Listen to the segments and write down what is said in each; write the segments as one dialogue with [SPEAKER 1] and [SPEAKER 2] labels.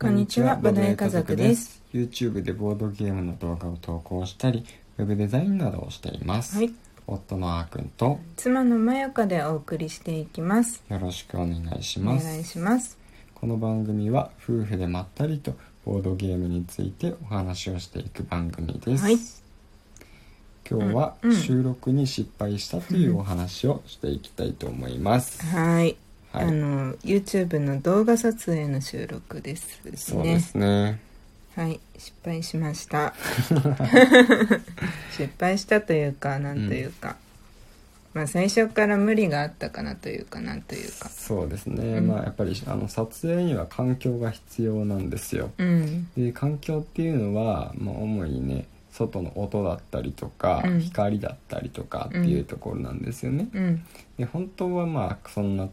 [SPEAKER 1] こんにちはボドゲ家族です。
[SPEAKER 2] YouTube でボードゲームの動画を投稿したり、ウェブデザインなどをしています。
[SPEAKER 1] はい、
[SPEAKER 2] 夫のあーくんと
[SPEAKER 1] 妻のまやかでお送りしていきます。
[SPEAKER 2] よろしくお願いし
[SPEAKER 1] お
[SPEAKER 2] ま
[SPEAKER 1] 願い
[SPEAKER 2] す。
[SPEAKER 1] します。
[SPEAKER 2] この番組は夫婦でまったりとボードゲームについてお話をしていく番組です。
[SPEAKER 1] はい
[SPEAKER 2] 今日は
[SPEAKER 1] うんうん
[SPEAKER 2] 収録に失敗したというお話をしていきたいと思います。
[SPEAKER 1] はい、
[SPEAKER 2] はい、
[SPEAKER 1] あの YouTube の動画撮影の収録ですね。
[SPEAKER 2] そうですね。
[SPEAKER 1] はい、失敗しました。失敗したというか、なんというか、まあ最初から無理があったかなというか、なんというか。
[SPEAKER 2] そうですね、
[SPEAKER 1] うん
[SPEAKER 2] まあやっぱりあの撮影には環境が必要なんですよ
[SPEAKER 1] うん、
[SPEAKER 2] で環境っていうのは、まあ、主にね外の音だったりとか、
[SPEAKER 1] うん
[SPEAKER 2] 光だったりとかっていうところなんですよね、
[SPEAKER 1] うん、
[SPEAKER 2] で本当はまあそんな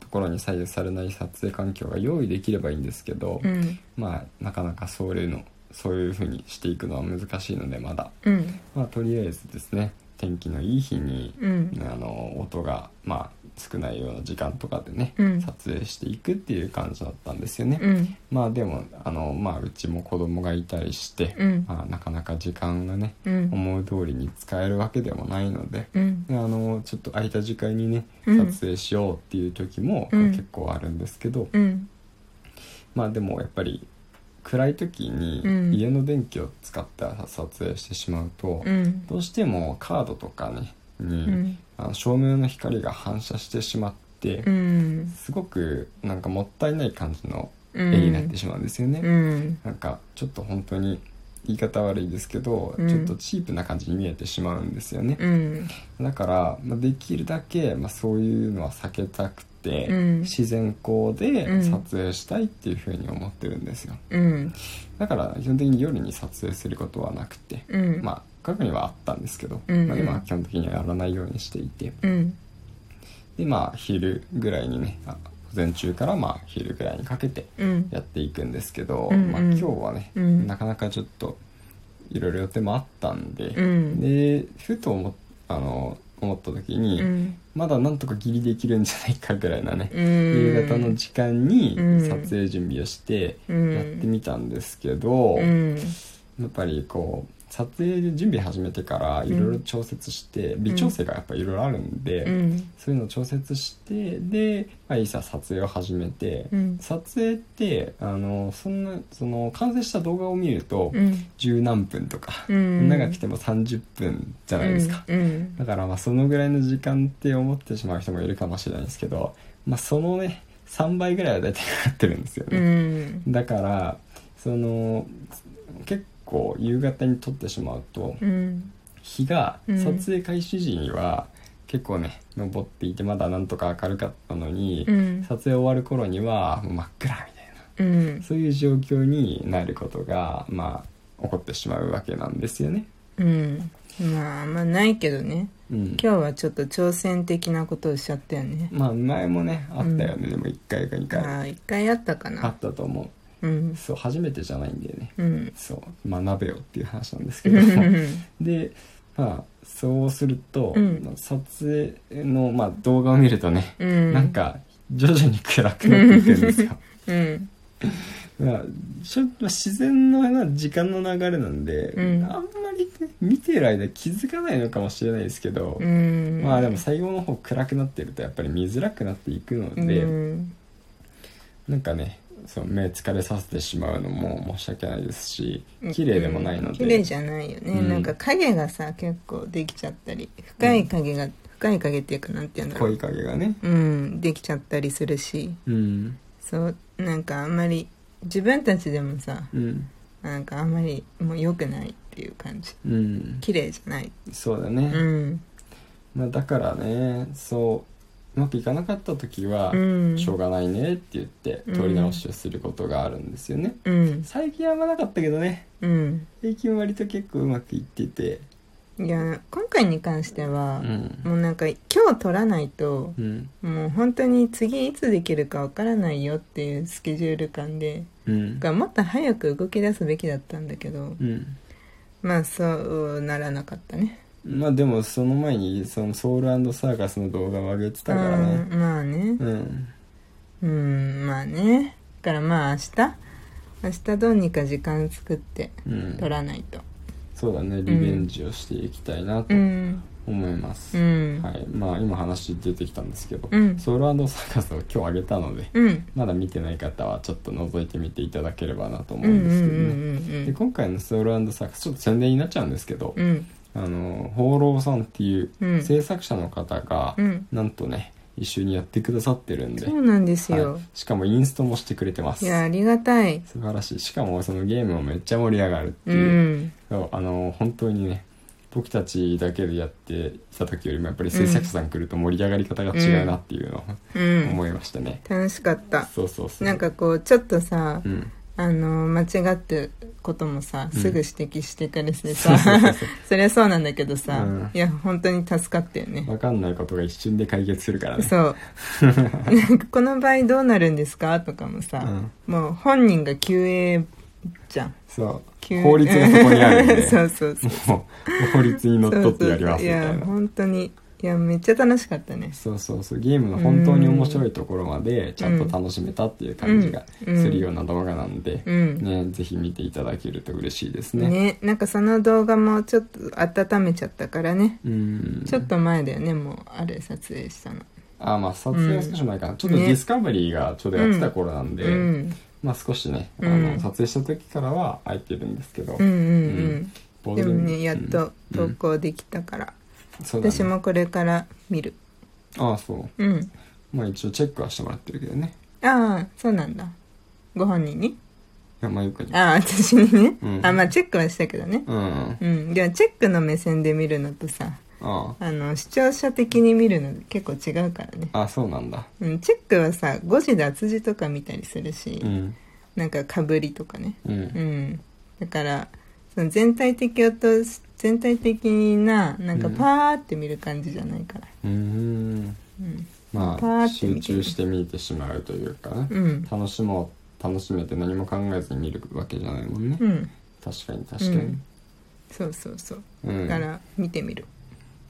[SPEAKER 2] ところに左右されない撮影環境が用意できればいいんですけど、
[SPEAKER 1] うん、
[SPEAKER 2] まあなかなかそういうのそういうふうにしていくのは難しいのでまだ
[SPEAKER 1] うん、
[SPEAKER 2] まあとりあえずですね天気のいい日に
[SPEAKER 1] うん、
[SPEAKER 2] あの音がまあ少ないような時間とかでね、
[SPEAKER 1] うん
[SPEAKER 2] 撮影していくっていう感じだったんですよね、
[SPEAKER 1] うん、
[SPEAKER 2] まあでもあの、まあ、うちも子供がいたりして、
[SPEAKER 1] うん
[SPEAKER 2] まあ、なかなか時間がね
[SPEAKER 1] うん、
[SPEAKER 2] 思う通りに使えるわけでもないので
[SPEAKER 1] うん、
[SPEAKER 2] であのちょっと空いた時間にね
[SPEAKER 1] うん
[SPEAKER 2] 撮影しようっていう時も、
[SPEAKER 1] うん
[SPEAKER 2] 結構あるんですけど、
[SPEAKER 1] うん、
[SPEAKER 2] まあでもやっぱり暗い時に
[SPEAKER 1] うん
[SPEAKER 2] 家の電気を使った撮影してしまうと、
[SPEAKER 1] うん、
[SPEAKER 2] どうしてもカードとかねに、
[SPEAKER 1] うん、
[SPEAKER 2] あの照明の光が反射してしまって、
[SPEAKER 1] うん、
[SPEAKER 2] すごくなんかもったいない感じの
[SPEAKER 1] う
[SPEAKER 2] 絵
[SPEAKER 1] ん、
[SPEAKER 2] になってしまうんですよね、
[SPEAKER 1] うん、
[SPEAKER 2] なんかちょっと本当に言い方悪いですけど、
[SPEAKER 1] うん
[SPEAKER 2] ちょっとチープな感じに見えてしまうんですよね、
[SPEAKER 1] うん、
[SPEAKER 2] だから、まあ、できるだけ、まあ、そういうのは避けたくて、
[SPEAKER 1] うん
[SPEAKER 2] 自然光
[SPEAKER 1] う
[SPEAKER 2] で
[SPEAKER 1] ん
[SPEAKER 2] 撮影したいっていうふうに思ってるんですよ
[SPEAKER 1] うん、
[SPEAKER 2] だから基本的に夜に撮影することはなくて、
[SPEAKER 1] うん、
[SPEAKER 2] まあ過去にはあったんですけど、
[SPEAKER 1] うん
[SPEAKER 2] まあ、今は基本的にはやらないようにしていて、
[SPEAKER 1] うん、
[SPEAKER 2] でまあ昼ぐらいにねあ午前中からまあ昼ぐらいにかけて
[SPEAKER 1] うん、
[SPEAKER 2] やっていくんですけど、
[SPEAKER 1] うんうん
[SPEAKER 2] まあ、今日はね、
[SPEAKER 1] うん
[SPEAKER 2] なかなかちょっといろいろ予定もあったんで、
[SPEAKER 1] うん
[SPEAKER 2] でふと思っあの思った時に、
[SPEAKER 1] うん、
[SPEAKER 2] まだなんとかギリできるんじゃないかぐらいなね、
[SPEAKER 1] 夕
[SPEAKER 2] 夕方の時間に
[SPEAKER 1] うん
[SPEAKER 2] 撮影準備をして
[SPEAKER 1] うん
[SPEAKER 2] やってみたんですけど、
[SPEAKER 1] うん、
[SPEAKER 2] やっぱりこう撮影で準備始めてからいろいろ調節して、微調整がやっぱいろいろあるんで。
[SPEAKER 1] うん、
[SPEAKER 2] そういうのを調節してで、まあ、いざ撮影を始めて、
[SPEAKER 1] うん
[SPEAKER 2] 撮影ってあのそんなその完成した動画を見ると
[SPEAKER 1] うん、
[SPEAKER 2] 十何分とか、
[SPEAKER 1] うん
[SPEAKER 2] 長くても30分じゃないですか、
[SPEAKER 1] うん
[SPEAKER 2] だからまあそのぐらいの時間って思ってしまう人もいるかもしれないですけど、まあ、そのね3倍ぐらいは大体かかってるんですよ
[SPEAKER 1] う
[SPEAKER 2] ね、
[SPEAKER 1] ん
[SPEAKER 2] だからその結構夕方に撮ってしまうと、
[SPEAKER 1] うん
[SPEAKER 2] 日が
[SPEAKER 1] うん
[SPEAKER 2] 撮影開始時には結構ね登っていてまだなんとか明るかったのに、
[SPEAKER 1] うん
[SPEAKER 2] 撮影終わる頃にはもう真っ暗みたい
[SPEAKER 1] うん
[SPEAKER 2] なそういう状況になることがまあ起こってしまうわけなんですよね。
[SPEAKER 1] うんまああんまないけどね
[SPEAKER 2] うん、
[SPEAKER 1] 今日はちょっと挑戦的なことをしちゃったよね
[SPEAKER 2] まあ前もねあったよね、でも1回か2
[SPEAKER 1] あ
[SPEAKER 2] 回あ
[SPEAKER 1] ー一回あったかな
[SPEAKER 2] ったと思
[SPEAKER 1] うん
[SPEAKER 2] うそう初めてじゃないんだよね
[SPEAKER 1] うん
[SPEAKER 2] そう学べよっていう話なんです
[SPEAKER 1] う
[SPEAKER 2] け
[SPEAKER 1] ん
[SPEAKER 2] ど
[SPEAKER 1] う
[SPEAKER 2] でまあそうすると、
[SPEAKER 1] うん
[SPEAKER 2] 撮影の、まあ、動画を見るとね、
[SPEAKER 1] ん
[SPEAKER 2] なんか徐々に暗くなっていくんですよ。
[SPEAKER 1] うん
[SPEAKER 2] まあしょまあ自然のな時間の流れなんで、
[SPEAKER 1] うん
[SPEAKER 2] あんまりね見てる間気づかないのかもしれないですけど、
[SPEAKER 1] うん
[SPEAKER 2] まあでも最後の方暗くなってるとやっぱり見づらくなっていくの
[SPEAKER 1] う
[SPEAKER 2] で、
[SPEAKER 1] ん
[SPEAKER 2] なんかねそう目疲れさせてしまうのも申し訳ないですし
[SPEAKER 1] うん
[SPEAKER 2] 綺麗でもないので、
[SPEAKER 1] 綺麗じゃないよね
[SPEAKER 2] うん
[SPEAKER 1] なんか影がさ結構できちゃったり深い影が深い影っていうかなんていうんだろ
[SPEAKER 2] 濃
[SPEAKER 1] う
[SPEAKER 2] い影がね。
[SPEAKER 1] うんできちゃったりするし
[SPEAKER 2] うん
[SPEAKER 1] そうなんかあんまり自分たちでもさ
[SPEAKER 2] うん
[SPEAKER 1] なんかあんまりもう良くないっていう感じ
[SPEAKER 2] うん、
[SPEAKER 1] 綺麗じゃない
[SPEAKER 2] そうだ
[SPEAKER 1] う
[SPEAKER 2] ね、
[SPEAKER 1] ん
[SPEAKER 2] まあ、だからねそううまくいかなかった時は、
[SPEAKER 1] うん
[SPEAKER 2] しょうがないねって言って取り直しをすることがあるんですよね、
[SPEAKER 1] うん
[SPEAKER 2] 最近はあんまなかったけどね
[SPEAKER 1] うん
[SPEAKER 2] 最近割と結構うまくいってて
[SPEAKER 1] いや今回に関して
[SPEAKER 2] う
[SPEAKER 1] は、
[SPEAKER 2] ん
[SPEAKER 1] もうなんか今日取らないと
[SPEAKER 2] うん
[SPEAKER 1] もう本当に次いつできるかわからないよっていうスケジュール感で
[SPEAKER 2] うん
[SPEAKER 1] がもっと早く動き出すべきだったんだけど
[SPEAKER 2] うん
[SPEAKER 1] まあそうならなかったね
[SPEAKER 2] まあでもその前にそのソウルサーカスの動画を上げてたからね
[SPEAKER 1] うんまあね
[SPEAKER 2] うん
[SPEAKER 1] うんまあねだからまあ明日明日どうにか時間作って
[SPEAKER 2] うん
[SPEAKER 1] 取らないと
[SPEAKER 2] そうだねリベンジをしていきたいなと
[SPEAKER 1] うん
[SPEAKER 2] 思います、
[SPEAKER 1] うん
[SPEAKER 2] はいまあ今話出てきたんですけど、
[SPEAKER 1] うん
[SPEAKER 2] ソウルサーカスを今日あげたので、
[SPEAKER 1] うん
[SPEAKER 2] まだ見てない方はちょっと覗いてみていただければなと思う
[SPEAKER 1] う
[SPEAKER 2] ん
[SPEAKER 1] うん
[SPEAKER 2] ん
[SPEAKER 1] う
[SPEAKER 2] ですけどね、で
[SPEAKER 1] ん
[SPEAKER 2] 今回のソウルサーカスちょっと宣伝になっちゃうんですけど、
[SPEAKER 1] うんうん
[SPEAKER 2] あの放浪さんっていう
[SPEAKER 1] うん
[SPEAKER 2] 制作者の方が、
[SPEAKER 1] うん
[SPEAKER 2] なんとね一緒にやってくださってるんで
[SPEAKER 1] そうなんです
[SPEAKER 2] はい、
[SPEAKER 1] よ
[SPEAKER 2] しかもインストもしてくれてます
[SPEAKER 1] いやありがたい
[SPEAKER 2] 素晴らしいしかもそのゲームもめっちゃ盛り上がるって
[SPEAKER 1] う
[SPEAKER 2] いう、
[SPEAKER 1] ん
[SPEAKER 2] そうあの本当にね僕たちだけでやってた時よりもやっぱり制作者さん来ると盛り上がり方が違うなっていうのを
[SPEAKER 1] う
[SPEAKER 2] 思
[SPEAKER 1] ん
[SPEAKER 2] いましたね、
[SPEAKER 1] 楽しかった
[SPEAKER 2] そうそうそう
[SPEAKER 1] なんかこうちょっとさ
[SPEAKER 2] うん
[SPEAKER 1] あの間違ってこともさすぐ指摘してくれて
[SPEAKER 2] そ
[SPEAKER 1] さ、
[SPEAKER 2] うそうそうそ
[SPEAKER 1] そりゃそうなんだけどさ、
[SPEAKER 2] うん
[SPEAKER 1] いや本当に助かったよね、
[SPEAKER 2] 分かんないことが一瞬で解決するからね
[SPEAKER 1] そ うなんかこの場合どうなるんですかとかもさ、
[SPEAKER 2] うん
[SPEAKER 1] もう本人が QA じゃん
[SPEAKER 2] そう
[SPEAKER 1] 急
[SPEAKER 2] 法律がそこにあるんで
[SPEAKER 1] そうそ うそう
[SPEAKER 2] もう法律にのっとってやります
[SPEAKER 1] い
[SPEAKER 2] みた
[SPEAKER 1] や
[SPEAKER 2] いな
[SPEAKER 1] 本当にいやめっちゃ楽しかったね
[SPEAKER 2] そうそうそうゲームの本当に面白いところまでちゃんと楽しめたっていう感じがす
[SPEAKER 1] うん
[SPEAKER 2] るような動画なんで、
[SPEAKER 1] うん
[SPEAKER 2] ね、ぜひ見ていただけると嬉しいです
[SPEAKER 1] ね
[SPEAKER 2] ね。
[SPEAKER 1] なんかその動画もちょっと温めちゃったからね
[SPEAKER 2] うん
[SPEAKER 1] ちょっと前だよねもうあれ撮影したの
[SPEAKER 2] あまあ撮影は少し前かな、ちょっと
[SPEAKER 1] ね
[SPEAKER 2] ディスカバリーがちょうどやってた頃なんで、
[SPEAKER 1] うん
[SPEAKER 2] まあ少しねあ
[SPEAKER 1] う
[SPEAKER 2] の
[SPEAKER 1] ん
[SPEAKER 2] 撮影した時からは空いてるんですけど、
[SPEAKER 1] うんうんう
[SPEAKER 2] ボ
[SPEAKER 1] ん
[SPEAKER 2] ード
[SPEAKER 1] でも
[SPEAKER 2] ゲーム
[SPEAKER 1] ねやっと
[SPEAKER 2] うんう
[SPEAKER 1] 投
[SPEAKER 2] ん
[SPEAKER 1] 稿できたから、
[SPEAKER 2] そうだね
[SPEAKER 1] 私もこれから見る
[SPEAKER 2] ああそう
[SPEAKER 1] うん
[SPEAKER 2] まあ一応チェックはしてもらってるけどね
[SPEAKER 1] ああそうなんだご本人に
[SPEAKER 2] 山ゆかに
[SPEAKER 1] ああ私にね、
[SPEAKER 2] うん
[SPEAKER 1] あまあチェックはしたけどね
[SPEAKER 2] うんあ
[SPEAKER 1] うんでもチェックの目線で見るのとさ
[SPEAKER 2] あ
[SPEAKER 1] あの視聴者的に見るの結構違うからね、
[SPEAKER 2] ああそうなんだ
[SPEAKER 1] うん、チェックはさ誤字脱字とか見たりするし、
[SPEAKER 2] うん
[SPEAKER 1] なんかかぶりとかね
[SPEAKER 2] うん
[SPEAKER 1] うん、だからその全体的音し全体的ななんか
[SPEAKER 2] うん
[SPEAKER 1] パーって見る感じじゃないから、
[SPEAKER 2] うーん
[SPEAKER 1] うん
[SPEAKER 2] ま
[SPEAKER 1] パー
[SPEAKER 2] あ
[SPEAKER 1] って見
[SPEAKER 2] 集
[SPEAKER 1] て
[SPEAKER 2] 中して見てしまうというかね、
[SPEAKER 1] うん
[SPEAKER 2] 楽しもう楽しめて何も考えずに見るわけじゃないもんね、
[SPEAKER 1] うん、
[SPEAKER 2] 確かに確かに、
[SPEAKER 1] そうそうそう
[SPEAKER 2] うん
[SPEAKER 1] だから見てみる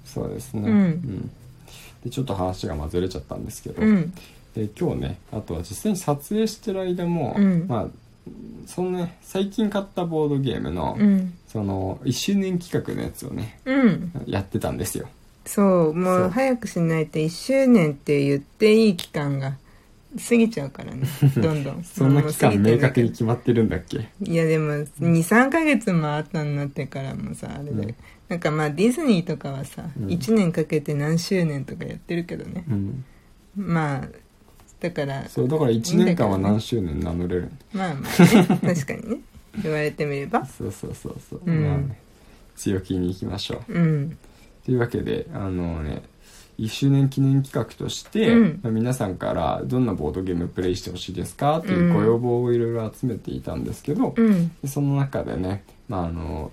[SPEAKER 2] そうですね、
[SPEAKER 1] うん
[SPEAKER 2] でちょっと話がまあずれちゃったんですけど、
[SPEAKER 1] うん
[SPEAKER 2] で今日ねあとは実際に撮影してる間も、
[SPEAKER 1] うん
[SPEAKER 2] まあそのね最近買ったボードゲームの、
[SPEAKER 1] うん
[SPEAKER 2] その1周年企画のやつをね
[SPEAKER 1] うん
[SPEAKER 2] やってたんですよ
[SPEAKER 1] そうも
[SPEAKER 2] そう
[SPEAKER 1] う早くしないと1周年って言っていい期間が過ぎちゃう からねどんどん
[SPEAKER 2] そんな
[SPEAKER 1] もう
[SPEAKER 2] 期
[SPEAKER 1] 過ぎ
[SPEAKER 2] 間
[SPEAKER 1] て
[SPEAKER 2] 明
[SPEAKER 1] んだ
[SPEAKER 2] 確
[SPEAKER 1] け
[SPEAKER 2] に
[SPEAKER 1] ど
[SPEAKER 2] 決まってるんだっけ
[SPEAKER 1] いやでも23ヶ月も後になってからもさあれで、
[SPEAKER 2] うん
[SPEAKER 1] なんかまあディズニーとかはさ、
[SPEAKER 2] うん
[SPEAKER 1] 1年かけて何周年とかやってるけどね
[SPEAKER 2] うん
[SPEAKER 1] まあだから
[SPEAKER 2] そうだから1年間は何周年名乗れる
[SPEAKER 1] まあまあね確かに ね言われてみれば
[SPEAKER 2] そうそうそうそう、
[SPEAKER 1] うん
[SPEAKER 2] まあね強気にいきましょう
[SPEAKER 1] うん
[SPEAKER 2] というわけであのね1周年記念企画として、
[SPEAKER 1] うん
[SPEAKER 2] まあ皆さんからどんなボードゲームプレイしてほしいですかといううんご要望をいろいろ集めていたんですけど、
[SPEAKER 1] うん
[SPEAKER 2] でその中でね、まあ、あの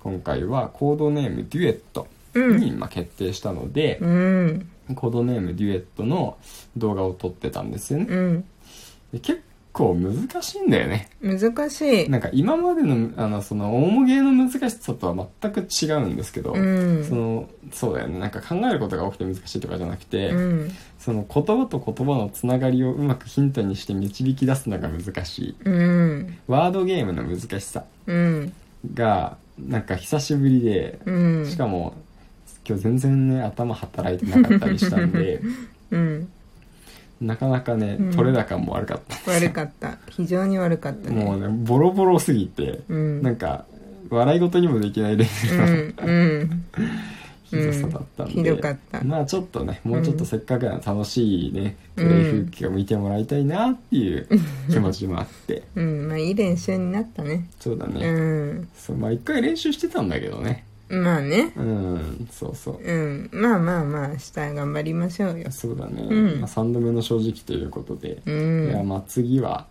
[SPEAKER 2] 今回はコードネームデュエット
[SPEAKER 1] う
[SPEAKER 2] に
[SPEAKER 1] ん
[SPEAKER 2] まあ決定したので
[SPEAKER 1] う、ん
[SPEAKER 2] コードネームデュエットの動画を撮ってたんですよね、
[SPEAKER 1] うん
[SPEAKER 2] で結構難しいんだよね
[SPEAKER 1] 難しい
[SPEAKER 2] なんか今までのあのその重芸の難しさとは全く違うんですけど、
[SPEAKER 1] うん
[SPEAKER 2] そのそうだよねなんか考えることが多くて難しいとかじゃなくて、
[SPEAKER 1] うん
[SPEAKER 2] その言葉と言葉のつながりをうまくヒントにして導き出すのが難しい
[SPEAKER 1] うん
[SPEAKER 2] ワードゲームの難しさ
[SPEAKER 1] うん
[SPEAKER 2] がなんか久しぶりで、
[SPEAKER 1] うん
[SPEAKER 2] しかも今日全然ね頭働いてなかったりしたんで
[SPEAKER 1] うん
[SPEAKER 2] なかなかね
[SPEAKER 1] うん
[SPEAKER 2] 取れ高も悪かった、
[SPEAKER 1] 悪かった非常に悪かったね
[SPEAKER 2] もうねボロボロすぎて、
[SPEAKER 1] うん
[SPEAKER 2] なんか笑い事にもできないレベ
[SPEAKER 1] う
[SPEAKER 2] ルの、
[SPEAKER 1] んうん
[SPEAKER 2] ひどさだったんで、
[SPEAKER 1] うんひどかった
[SPEAKER 2] まあちょっとねもうちょっとせっかくなら楽しいね、
[SPEAKER 1] うん
[SPEAKER 2] プレイ風景を見てもらいたいなっていう気持ちもあって、
[SPEAKER 1] うんまあいい練習になったね
[SPEAKER 2] そうだね、
[SPEAKER 1] うん
[SPEAKER 2] そうまあ一回練習してたんだけどね
[SPEAKER 1] まあね
[SPEAKER 2] うんそうそう
[SPEAKER 1] うんまあまあまあ下頑張りましょうよ
[SPEAKER 2] そうだね、
[SPEAKER 1] うん
[SPEAKER 2] まあ、3度目の正直ということで、
[SPEAKER 1] う
[SPEAKER 2] いや
[SPEAKER 1] ん
[SPEAKER 2] まあ次は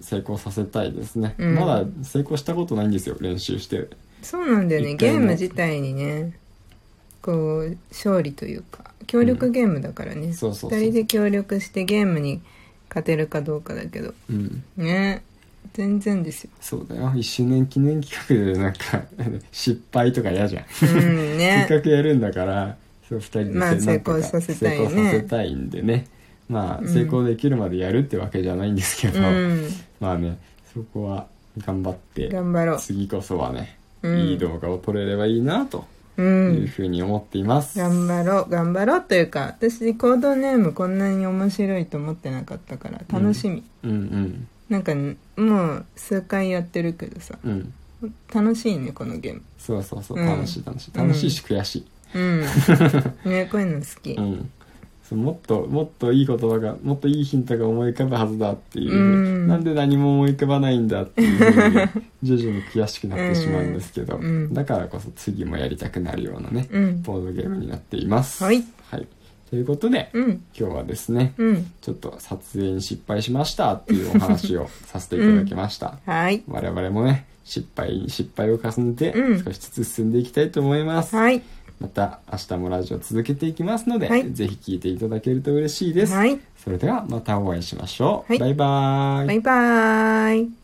[SPEAKER 2] 成功させたいですね、
[SPEAKER 1] うん
[SPEAKER 2] まだ成功したことないんですよ練習して
[SPEAKER 1] そうなんだよね
[SPEAKER 2] 一
[SPEAKER 1] ゲ
[SPEAKER 2] 回も
[SPEAKER 1] ーム自体にねこう勝利というか協力ゲームだからね、
[SPEAKER 2] そうそうそう
[SPEAKER 1] 2人で協力してゲームに勝てるかどうかだけど
[SPEAKER 2] うん
[SPEAKER 1] ね全然ですよ
[SPEAKER 2] そうだよ1周年記念企画でなんか 失敗とか嫌じゃん
[SPEAKER 1] うん
[SPEAKER 2] せっ
[SPEAKER 1] ね
[SPEAKER 2] かくやるんだからそう2人で
[SPEAKER 1] まあ
[SPEAKER 2] せなんとか
[SPEAKER 1] 成功させたい
[SPEAKER 2] 成
[SPEAKER 1] ね
[SPEAKER 2] 功させたいんでねまあ
[SPEAKER 1] うん
[SPEAKER 2] 成功できるまでやるってわけじゃないんですけど、
[SPEAKER 1] うん
[SPEAKER 2] まあねそこは頑張って
[SPEAKER 1] 頑張ろう
[SPEAKER 2] 次こそはね、
[SPEAKER 1] うん
[SPEAKER 2] いい動画を撮れればいいなと
[SPEAKER 1] う
[SPEAKER 2] いうんふうに思っています、
[SPEAKER 1] 頑張ろう頑張ろうというか私コードネームこんなに面白いと思ってなかったから楽しみ、
[SPEAKER 2] うんうん
[SPEAKER 1] なんかねもう数回やってるけどさ
[SPEAKER 2] うん
[SPEAKER 1] 楽しいねこのゲーム
[SPEAKER 2] そうそうそう
[SPEAKER 1] うん
[SPEAKER 2] 楽しい楽しい楽しいし悔しい、
[SPEAKER 1] うんねこういうの好き
[SPEAKER 2] うんそうもっともっといい言葉がもっといいヒントが思い浮かぶはずだっていう、
[SPEAKER 1] うん
[SPEAKER 2] なんで何も思い浮かばないんだっていうふうに徐々に悔しくなってしまうんですけど、
[SPEAKER 1] うん
[SPEAKER 2] だからこそ次もやりたくなるようなね、
[SPEAKER 1] うん
[SPEAKER 2] ボードゲームになっています
[SPEAKER 1] はい、
[SPEAKER 2] ということで、
[SPEAKER 1] うん
[SPEAKER 2] 今日はですね
[SPEAKER 1] うん
[SPEAKER 2] ちょっと撮影に失敗しましたっていうお話をさせていただきました、
[SPEAKER 1] はい
[SPEAKER 2] 我々もね失敗に失敗を重ねて
[SPEAKER 1] うん
[SPEAKER 2] 少しずつ進んでいきたいと思います、
[SPEAKER 1] はい
[SPEAKER 2] また明日もラジオ続けていきますので、
[SPEAKER 1] はい
[SPEAKER 2] ぜひ聞いていただけると嬉しいです、
[SPEAKER 1] はい
[SPEAKER 2] それではまたお会いしましょう、
[SPEAKER 1] はい
[SPEAKER 2] バイバーイ
[SPEAKER 1] バイバーイ